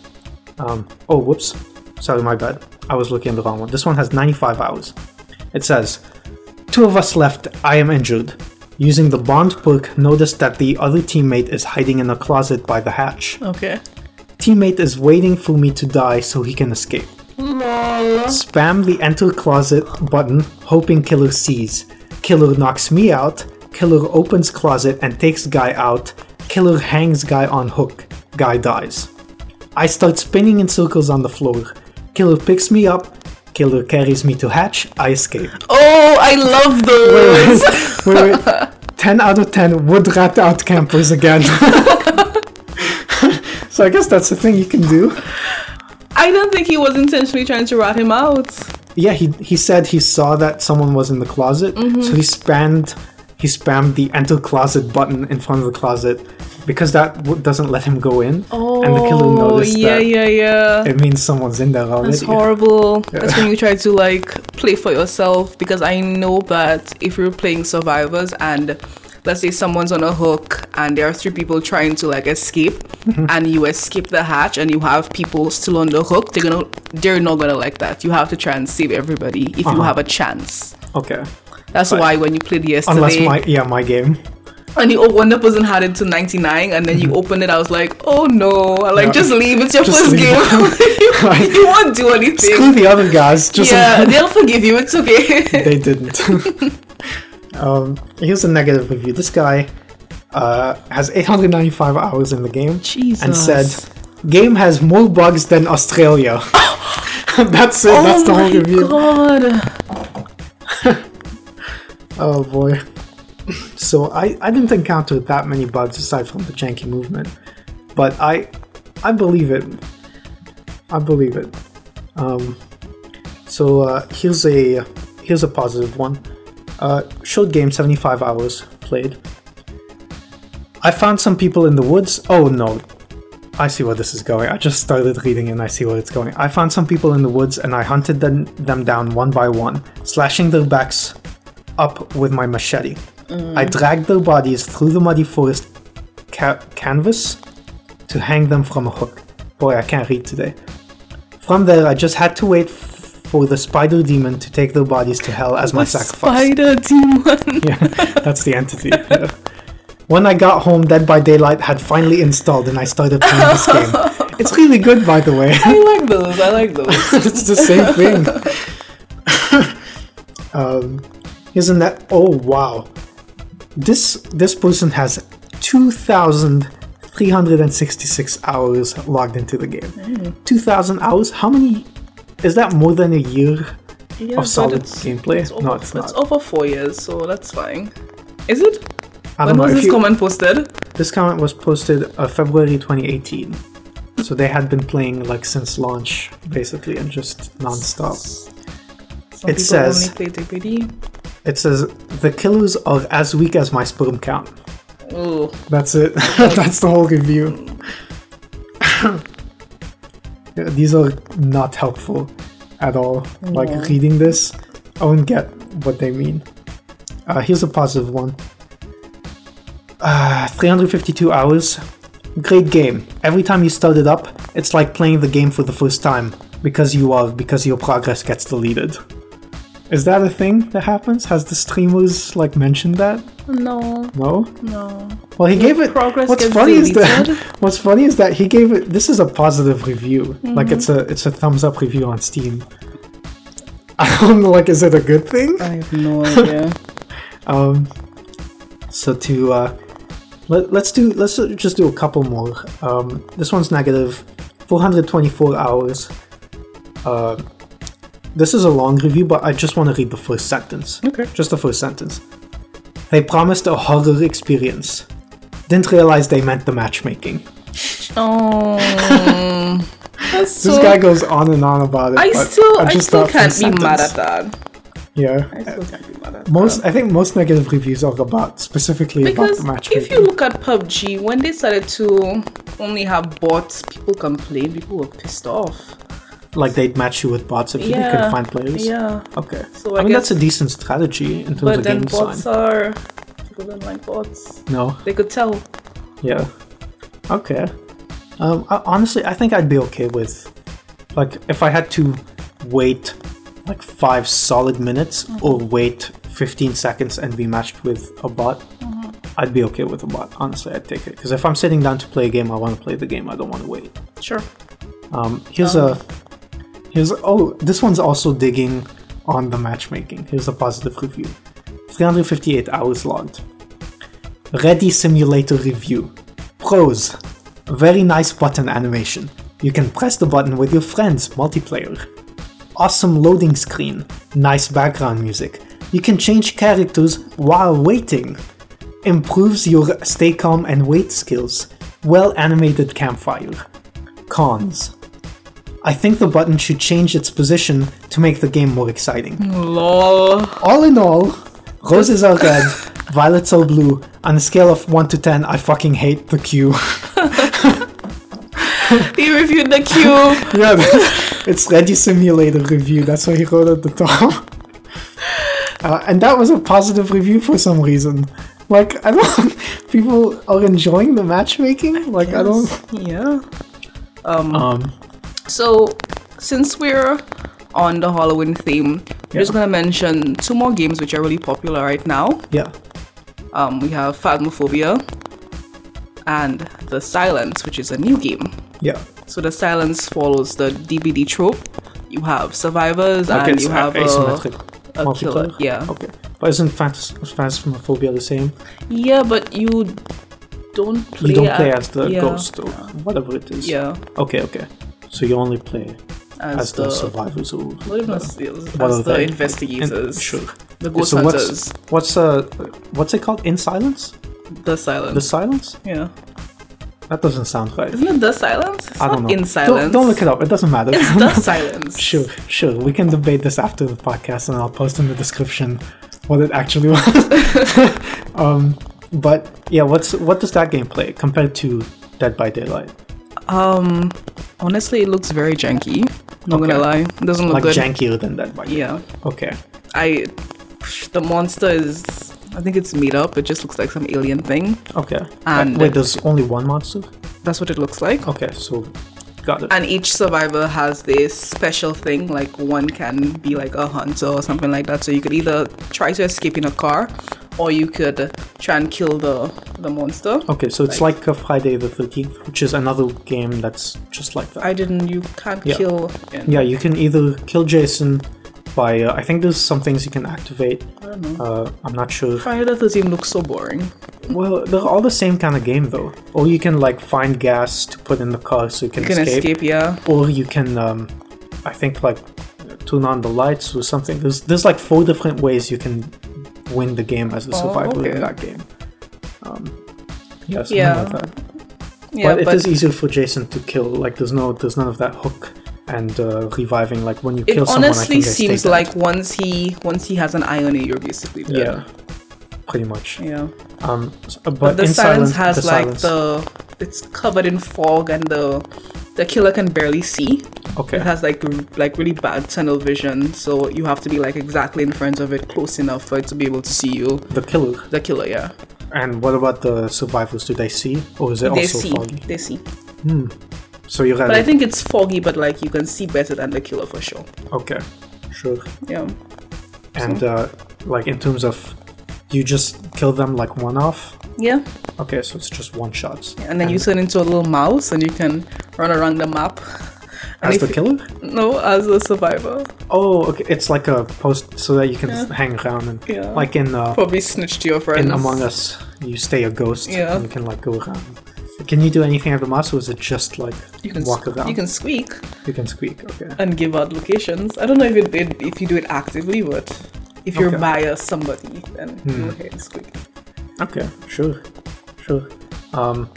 Speaker 1: Um, oh, whoops. Sorry, my bad. I was looking at the wrong one. This one has 95 hours. It says, Two of us left. I am injured. Using the bond perk, notice that the other teammate is hiding in a closet by the hatch.
Speaker 2: Okay.
Speaker 1: Teammate is waiting for me to die so he can escape. Spam the enter closet button, hoping killer sees. Killer knocks me out. Killer opens closet and takes guy out. Killer hangs guy on hook. Guy dies. I start spinning in circles on the floor. Killer picks me up. Killer carries me to hatch. I escape.
Speaker 2: Oh, I love those.
Speaker 1: Wait, wait. 10 out of 10 would rat out campers again. so I guess that's the thing you can do.
Speaker 2: I don't think he was intentionally trying to rat him out.
Speaker 1: Yeah, he he said he saw that someone was in the closet,
Speaker 2: Mm-hmm.
Speaker 1: so he spammed he spammed the enter closet button in front of the closet because that w- doesn't let him go in.
Speaker 2: Oh,
Speaker 1: and the killer noticed
Speaker 2: yeah,
Speaker 1: that
Speaker 2: yeah, yeah.
Speaker 1: it means someone's in there already.
Speaker 2: It's horrible. That's when you try to like play for yourself because I know that if you're playing survivors and let's say someone's on a hook and there are three people trying to like escape
Speaker 1: Mm-hmm.
Speaker 2: and you escape the hatch and you have people still on the hook, they're gonna they're not gonna like that. You have to try and save everybody if you
Speaker 1: Uh-huh.
Speaker 2: have a chance.
Speaker 1: Okay,
Speaker 2: That's why when you played yesterday
Speaker 1: unless my yeah my game.
Speaker 2: and you op- one that person had it to 99 and then you opened it, I was like, oh no, I like
Speaker 1: Mm-hmm. Yeah.
Speaker 2: just leave, it's your
Speaker 1: Just
Speaker 2: first
Speaker 1: leave.
Speaker 2: game.
Speaker 1: Right.
Speaker 2: you, you won't do anything
Speaker 1: Screw the other guys. Just
Speaker 2: yeah, they'll forgive you. It's okay.
Speaker 1: they didn't. um, here's a negative review. This guy uh, has 895 hours in the game and
Speaker 2: Jesus.
Speaker 1: said, "Game has more bugs than Australia." that's it. that's the whole review.
Speaker 2: Oh god!
Speaker 1: Oh boy. So I, I didn't encounter that many bugs aside from the janky movement, but I I believe it. I believe it. Um, so uh, here's a here's a positive one. Uh, short game, 75 hours played. I found some people in the woods. Oh no. I see where this is going. I just started reading and I see where it's going. I found some people in the woods and I hunted them, them down one by one, slashing their backs up with my machete. I dragged their bodies through the muddy forest ca- canvas to hang them from a hook. Boy, I can't read today. From there, I just had to wait f- for the spider demon to take their bodies to hell as my sacrifice.
Speaker 2: Spider demon.
Speaker 1: Yeah, that's the entity. Yeah. When I got home, Dead by Daylight had finally installed, and I started playing this game. It's really good, by the way.
Speaker 2: I like those. I like those.
Speaker 1: it's the same thing. um, isn't that? Oh wow! This this person has two thousand three hundred and sixty-six hours logged into the game.
Speaker 2: Mm.
Speaker 1: Two thousand hours? How many? Is that more than a year
Speaker 2: Yeah,
Speaker 1: of solid
Speaker 2: it's,
Speaker 1: gameplay?
Speaker 2: it's over,
Speaker 1: no, it's not.
Speaker 2: over four years, so that's fine. Is it?
Speaker 1: I
Speaker 2: When
Speaker 1: don't know.
Speaker 2: was
Speaker 1: if
Speaker 2: this
Speaker 1: you-
Speaker 2: comment posted?
Speaker 1: This comment was posted uh, February 2018. So they had been playing like since launch, basically, and just nonstop.
Speaker 2: Some
Speaker 1: It
Speaker 2: people
Speaker 1: says-
Speaker 2: only play DPD.
Speaker 1: It says the killers are as weak as my sperm count.
Speaker 2: Oh,
Speaker 1: That's it. That's the whole review. Yeah, These are not helpful at all. Like reading this, I don't get what they mean. Uh, here's a positive one. Uh, 352 hours. Great game. Every time you start it up, it's like playing the game for the first time because you are because your progress gets deleted. Is that a thing that happens? Has the streamers like mentioned that?
Speaker 2: no,
Speaker 1: No.
Speaker 2: no.
Speaker 1: Well, he gave it.
Speaker 2: progress
Speaker 1: what's
Speaker 2: gets
Speaker 1: funny is
Speaker 2: deleted.
Speaker 1: that what's funny is that he gave it. This is a positive review.
Speaker 2: Mm-hmm.
Speaker 1: Like it's a it's a thumbs up review on Steam. I don't know. Like, is it a good thing?
Speaker 2: I have no idea.
Speaker 1: Um. So to uh, let, let's do let's just do a couple more. Um, this one's negative. 424 hours. Uh, this is a long review, but I just want to read the first sentence.
Speaker 2: Okay.
Speaker 1: Just the first sentence. They promised a horror experience. Didn't realize they meant the matchmaking.
Speaker 2: oh,
Speaker 1: This guy goes on and on about it.
Speaker 2: I
Speaker 1: but
Speaker 2: still, I
Speaker 1: just
Speaker 2: still
Speaker 1: thought for
Speaker 2: can't be mad
Speaker 1: sentence.
Speaker 2: at that. I
Speaker 1: Yeah.
Speaker 2: still can't be mad at
Speaker 1: Most, I think most negative reviews are about specifically about
Speaker 2: because
Speaker 1: the
Speaker 2: if
Speaker 1: matchmaking.
Speaker 2: you look at PUBG, when they started to only have bots, people complained. People were pissed off.
Speaker 1: like they'd match you with bots if you
Speaker 2: Yeah,
Speaker 1: could find players.
Speaker 2: Yeah,
Speaker 1: Okay.
Speaker 2: So
Speaker 1: I,
Speaker 2: I
Speaker 1: mean
Speaker 2: guess-
Speaker 1: that's a decent strategy in terms
Speaker 2: but
Speaker 1: of game
Speaker 2: then bots
Speaker 1: design.
Speaker 2: are people don't like bots.
Speaker 1: No.
Speaker 2: They could tell.
Speaker 1: Yeah. Okay. Um, I, honestly, I think I'd be okay with, like, if I had to wait like five solid minutes or wait 15 seconds and be matched with a bot. I'd be okay with a bot. Honestly, I'd take it because if I'm sitting down to play a game, I want to play the game. I don't want to wait.
Speaker 2: Sure.
Speaker 1: Um, here's a here's oh this one's also digging on the matchmaking. Here's a positive review. 358 hours logged. Ready simulator review. Pros. Very nice button animation. You can press the button with your friends multiplayer. Awesome loading screen. Nice background music. You can change characters while waiting. Improves your stay calm and wait skills. Well animated campfire. Cons. I think the button should change its position to make the game more exciting.
Speaker 2: Lol.
Speaker 1: All in all, roses are red, violets are blue. On a scale of 1 to 10, I fucking hate the queue.
Speaker 2: He reviewed the queue.
Speaker 1: yeah, it's Ready Simulator review, that's what he wrote at the top. Uh, and that was a positive review for some reason. Like, I don't. People are enjoying the matchmaking? Like, I don't.
Speaker 2: yeah.
Speaker 1: Um,
Speaker 2: So, since we're on the Halloween theme, we're just
Speaker 1: Yeah.
Speaker 2: gonna mention two more games which are really popular right now.
Speaker 1: yeah.
Speaker 2: Um, we have Phasmophobia and The Silence, which is a new game.
Speaker 1: Yeah.
Speaker 2: So The Silence follows the DBD trope. You have survivors
Speaker 1: Okay,
Speaker 2: and
Speaker 1: it's
Speaker 2: you have
Speaker 1: a- asymmetric
Speaker 2: a
Speaker 1: multiplayer.
Speaker 2: killer, yeah.
Speaker 1: Okay. But isn't phas- Phasmophobia the same?
Speaker 2: yeah, but you don't play.
Speaker 1: You don't play
Speaker 2: at-
Speaker 1: as the
Speaker 2: yeah,
Speaker 1: ghost or whatever it is.
Speaker 2: Yeah,
Speaker 1: Okay, okay. So you only play
Speaker 2: as,
Speaker 1: as,
Speaker 2: the.
Speaker 1: the, survivors or
Speaker 2: not even as, as
Speaker 1: what are
Speaker 2: the
Speaker 1: they?
Speaker 2: investigators,
Speaker 1: In- sure.
Speaker 2: the ghost
Speaker 1: so
Speaker 2: hunters,
Speaker 1: what's what's uh what's it called? In silence?
Speaker 2: the silence.
Speaker 1: The silence?
Speaker 2: yeah,
Speaker 1: That doesn't sound right.
Speaker 2: isn't it the silence? It's
Speaker 1: I
Speaker 2: not
Speaker 1: don't know.
Speaker 2: in
Speaker 1: Don't-
Speaker 2: silence.
Speaker 1: Don't, look it up. It doesn't matter.
Speaker 2: It's the silence.
Speaker 1: sure, sure. We can debate this after the podcast, and I'll post in the description what it actually was. um, but yeah, what's what does that game play compared to Dead by Daylight?
Speaker 2: Um, honestly, it looks very janky. Not
Speaker 1: Okay.
Speaker 2: gonna lie, it doesn't look
Speaker 1: Like
Speaker 2: good.
Speaker 1: jankier than Dead by Daylight.
Speaker 2: Oh yeah,
Speaker 1: Okay.
Speaker 2: I the monster is I think it's made up. It just looks like some alien thing.
Speaker 1: Okay.
Speaker 2: And-
Speaker 1: wait, there's only one monster.
Speaker 2: That's what it looks like.
Speaker 1: Okay, so got it.
Speaker 2: And each survivor has this special thing. Like one can be like a hunter or something like that. So you could either try to escape in a car, or you could try and kill the the monster.
Speaker 1: okay, so it's like, uh Friday the Thirteenth, which is another game that's just like that.
Speaker 2: I didn't. You can't
Speaker 1: Yeah.
Speaker 2: kill. In,
Speaker 1: yeah, you can either kill Jason by uh, I think there's some things you can activate. I don't know. Uh, I'm not sure.
Speaker 2: Friday the Thirteenth looks so boring.
Speaker 1: Well, they're all the same kind of game though. Or you can like find gas to put in the car so you can,
Speaker 2: You can escape. yeah.
Speaker 1: Or you can, um, I think like turn on the lights or something. There's there's like four different ways you can win the game as a survivor
Speaker 2: okay.
Speaker 1: in Oh, that game. Um, yeah, something
Speaker 2: Yeah.
Speaker 1: like that.
Speaker 2: Yeah,
Speaker 1: but, it is easier for Jason to kill. Like there's no there's none of that hook and uh, reviving. Like when you
Speaker 2: It
Speaker 1: kill someone, I
Speaker 2: honestly
Speaker 1: think they stay
Speaker 2: seems
Speaker 1: dead.
Speaker 2: like once he once he has an eye on it, you're basically dead.
Speaker 1: yeah, pretty much.
Speaker 2: Yeah.
Speaker 1: Um, s- but,
Speaker 2: But the
Speaker 1: in
Speaker 2: silence
Speaker 1: silence
Speaker 2: has
Speaker 1: the
Speaker 2: like
Speaker 1: silence,
Speaker 2: the it's covered in fog and the the killer can barely see.
Speaker 1: okay.
Speaker 2: It has like r- like really bad tunnel vision, so you have to be like exactly in front of it, close enough for it to be able to see you.
Speaker 1: the killer.
Speaker 2: The killer, yeah.
Speaker 1: And what about the survivors? Do they see, or is it
Speaker 2: They
Speaker 1: also
Speaker 2: see.
Speaker 1: foggy? Hmm.
Speaker 2: They see.
Speaker 1: So you're
Speaker 2: But I
Speaker 1: right.
Speaker 2: think it's foggy, but like you can see better than the killer for sure.
Speaker 1: okay, sure.
Speaker 2: Yeah.
Speaker 1: And uh, like in terms of, you just kill them like one off.
Speaker 2: Yeah.
Speaker 1: Okay, so it's just one shots.
Speaker 2: And then you turn into a little mouse and you can run around the map. And
Speaker 1: As
Speaker 2: if
Speaker 1: the
Speaker 2: you-
Speaker 1: killer?
Speaker 2: No, as a survivor.
Speaker 1: Oh, okay. It's like a post so that you can hang around and
Speaker 2: Yeah.
Speaker 1: like in uh,
Speaker 2: Probably snitch to your friends.
Speaker 1: in Among Us, you stay a ghost
Speaker 2: Yeah.
Speaker 1: and you can like go around. Can you do anything at the mouse, or is it just like
Speaker 2: You can
Speaker 1: walk
Speaker 2: sque-
Speaker 1: around?
Speaker 2: You can squeak
Speaker 1: You can squeak. Okay.
Speaker 2: and give out locations. I don't know if it did if you do it actively, but if you're
Speaker 1: Okay. Hmm.
Speaker 2: by a somebody, then you will hear it squeak.
Speaker 1: Okay, sure, sure. Um,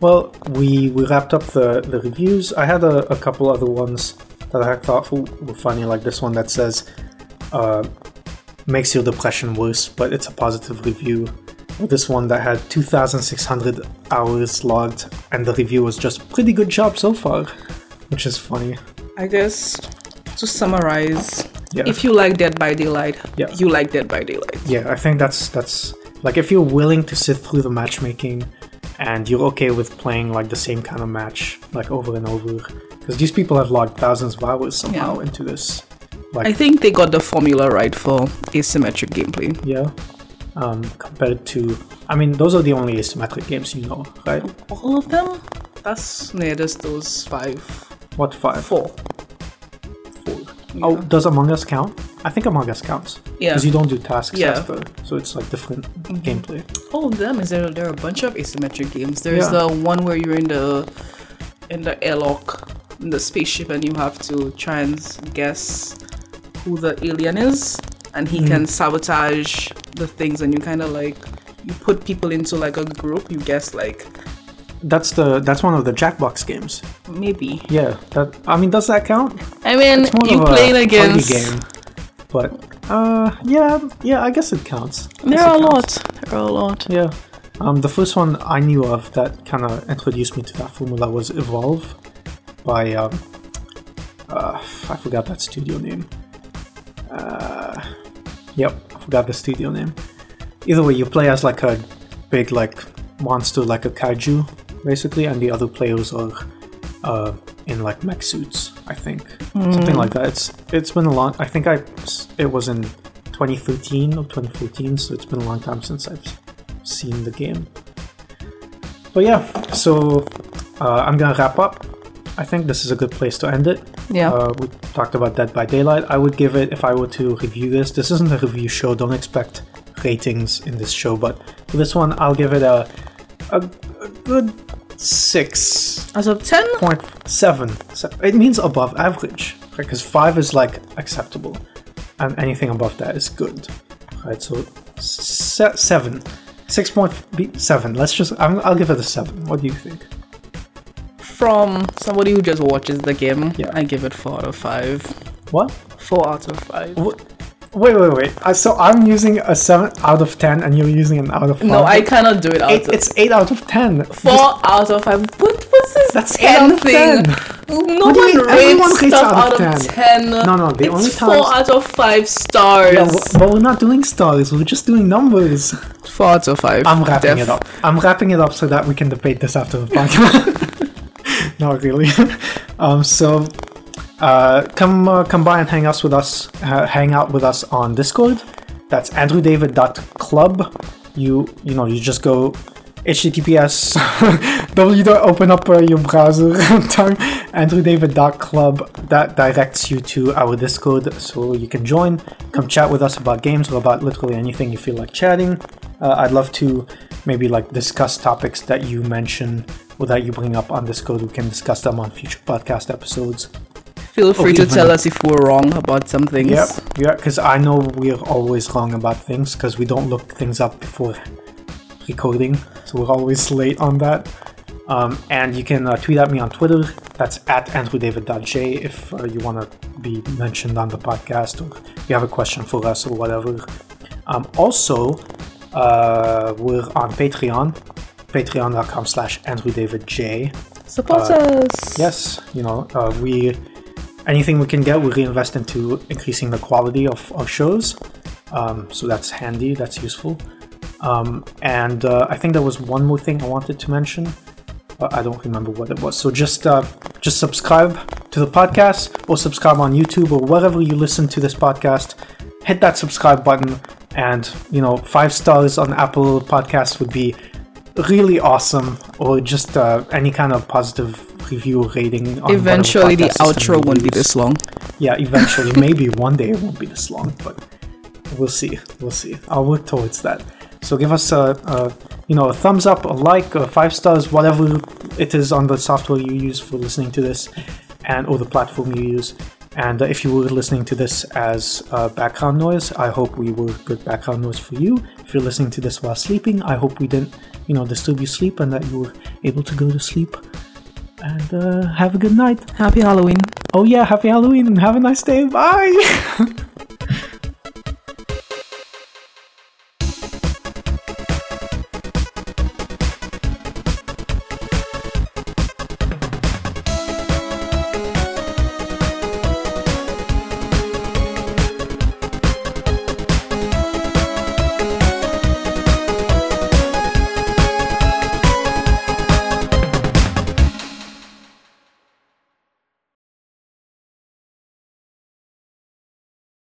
Speaker 1: Well, we, we wrapped up the, the reviews. I had a, a couple other ones that I thought were funny, like this one that says, uh, makes your depression worse, but it's a positive review. Or This one that had 2,600 hours logged, and the review was just pretty good job so far, which is funny.
Speaker 2: I guess to summarize,
Speaker 1: Yeah.
Speaker 2: if you like Dead by Daylight,
Speaker 1: Yeah.
Speaker 2: you like Dead by Daylight.
Speaker 1: Yeah, I think that's that's like if you're willing to sit through the matchmaking and you're okay with playing like the same kind of match like over and over because these people have logged thousands of hours somehow
Speaker 2: Yeah.
Speaker 1: into this.
Speaker 2: I
Speaker 1: Like
Speaker 2: think they got the formula right for asymmetric gameplay.
Speaker 1: yeah. Um, compared to I mean those are the only asymmetric games you know, right?
Speaker 2: All of them? That's yeah, just those five,
Speaker 1: What five?
Speaker 2: four.
Speaker 1: Four. Oh, does Among Us count? I think Among Us counts.
Speaker 2: Yeah.
Speaker 1: Because you don't do tasks
Speaker 2: Yeah. Mm-hmm.
Speaker 1: after. So it's like different gameplay.
Speaker 2: All of them is there. There are a bunch of asymmetric games. There's
Speaker 1: Yeah.
Speaker 2: the one where you're in the in the airlock in the spaceship and you have to try and s- guess who the alien is, and
Speaker 1: Hmm.
Speaker 2: he can sabotage the things, and you kind of like you put people into like a group. You guess like
Speaker 1: That's the that's one of the Jackbox games.
Speaker 2: maybe.
Speaker 1: Yeah. That I mean does that count?
Speaker 2: I mean,
Speaker 1: It's more
Speaker 2: you
Speaker 1: of a
Speaker 2: played
Speaker 1: party
Speaker 2: against.
Speaker 1: game, but uh, yeah, yeah, I guess it counts. I guess
Speaker 2: There are a
Speaker 1: it counts.
Speaker 2: lot. There are a lot.
Speaker 1: Yeah, um, the first one I knew of that kind of introduced me to that formula was Evolve by um, uh, I forgot that studio name. Uh, yep, I forgot the studio name. Either way, you play as like a big like monster, like a kaiju, basically, and the other players are uh, in like mech suits, I think, something like that. It's it's been a long. I think I it was in 2013 or 2014, so it's been a long time since I've seen the game. But yeah, so uh, I'm gonna wrap up. I think this is a good place to end it.
Speaker 2: Yeah.
Speaker 1: Uh, we talked about Dead by Daylight. I would give it if I were to review this. This isn't a review show. Don't expect ratings in this show, but for this one, I'll give it a a, a good six
Speaker 2: As of ten,
Speaker 1: point seven. So it means above average, Because five is like acceptable, and anything above that is good, right? So se- seven, six point be- seven. Let's just. I'm, I'll give it a seven. What do you think?
Speaker 2: from somebody who just watches the game,
Speaker 1: Yeah.
Speaker 2: I give it four out of five.
Speaker 1: What?
Speaker 2: Four out of five.
Speaker 1: Wh- Wait, wait, wait. Uh, so I'm using a seven out of ten, and you're using an out of five.
Speaker 2: No, I cannot do it out
Speaker 1: Eight,
Speaker 2: of
Speaker 1: it's eight out of ten.
Speaker 2: four out of five. What was this
Speaker 1: That's
Speaker 2: ten
Speaker 1: out of
Speaker 2: thing?
Speaker 1: 10.
Speaker 2: No
Speaker 1: What do you
Speaker 2: one
Speaker 1: mean? Everyone
Speaker 2: rates
Speaker 1: rates
Speaker 2: stuff out of, ten.
Speaker 1: No, no, the
Speaker 2: it's
Speaker 1: only
Speaker 2: four
Speaker 1: times-
Speaker 2: out of five stars.
Speaker 1: Yeah, w- but we're not doing stars. We're just doing numbers.
Speaker 2: four out of five.
Speaker 1: I'm wrapping
Speaker 2: Def-
Speaker 1: it up. I'm wrapping it up so that we can debate this after the podcast. Not really. um, so uh, come uh, come by and hang us with us. Uh, hang out with us on Discord. That's andrewdavid.club. You you know you just go https w dot- open up uh, your browser time andrewdavid.club that directs you to our discord so you can join come chat with us about games or about literally anything you feel like chatting uh, i'd love to maybe like discuss topics that you mention or that you bring up on discord we can discuss them on future podcast episodes
Speaker 2: Feel free to
Speaker 1: Oh, even-
Speaker 2: tell us if we're wrong about some things.
Speaker 1: Yep. Yeah, because I know we're always wrong about things because we don't look things up before recording, so we're always late on that. Um, and you can uh, tweet at me on Twitter. That's at andrewdavid.j if uh, you want to be mentioned on the podcast or you have a question for us or whatever. Um, also, uh, we're on Patreon, patreon.com slash andrewdavidj.
Speaker 2: Support us.
Speaker 1: Uh, Yes, you know, uh, we anything we can get, we reinvest into increasing the quality of our shows. Um, so that's handy. That's useful. Um, and uh, I think there was one more thing I wanted to mention, but I don't remember what it was. So just uh, just subscribe to the podcast, or subscribe on YouTube, or wherever you listen to this podcast. Hit that subscribe button, and you know, five stars on Apple Podcasts would be really awesome, or just uh, any kind of positive review or rating. On
Speaker 2: Eventually, the
Speaker 1: whatever podcast system
Speaker 2: outro
Speaker 1: you
Speaker 2: won't be
Speaker 1: use.
Speaker 2: this long.
Speaker 1: Yeah, eventually, maybe one day it won't be this long, but we'll see. We'll see. I'll work towards that. So give us a, a you know a thumbs up, a like, a five stars, whatever it is on the software you use for listening to this, and or the platform you use. And uh, if you were listening to this as uh, background noise, I hope we were good background noise for you. If you're listening to this while sleeping, I hope we didn't you know disturb your sleep and that you were able to go to sleep. And uh, have a good night.
Speaker 3: Happy Halloween.
Speaker 1: Oh yeah, happy Halloween and have a nice day. Bye.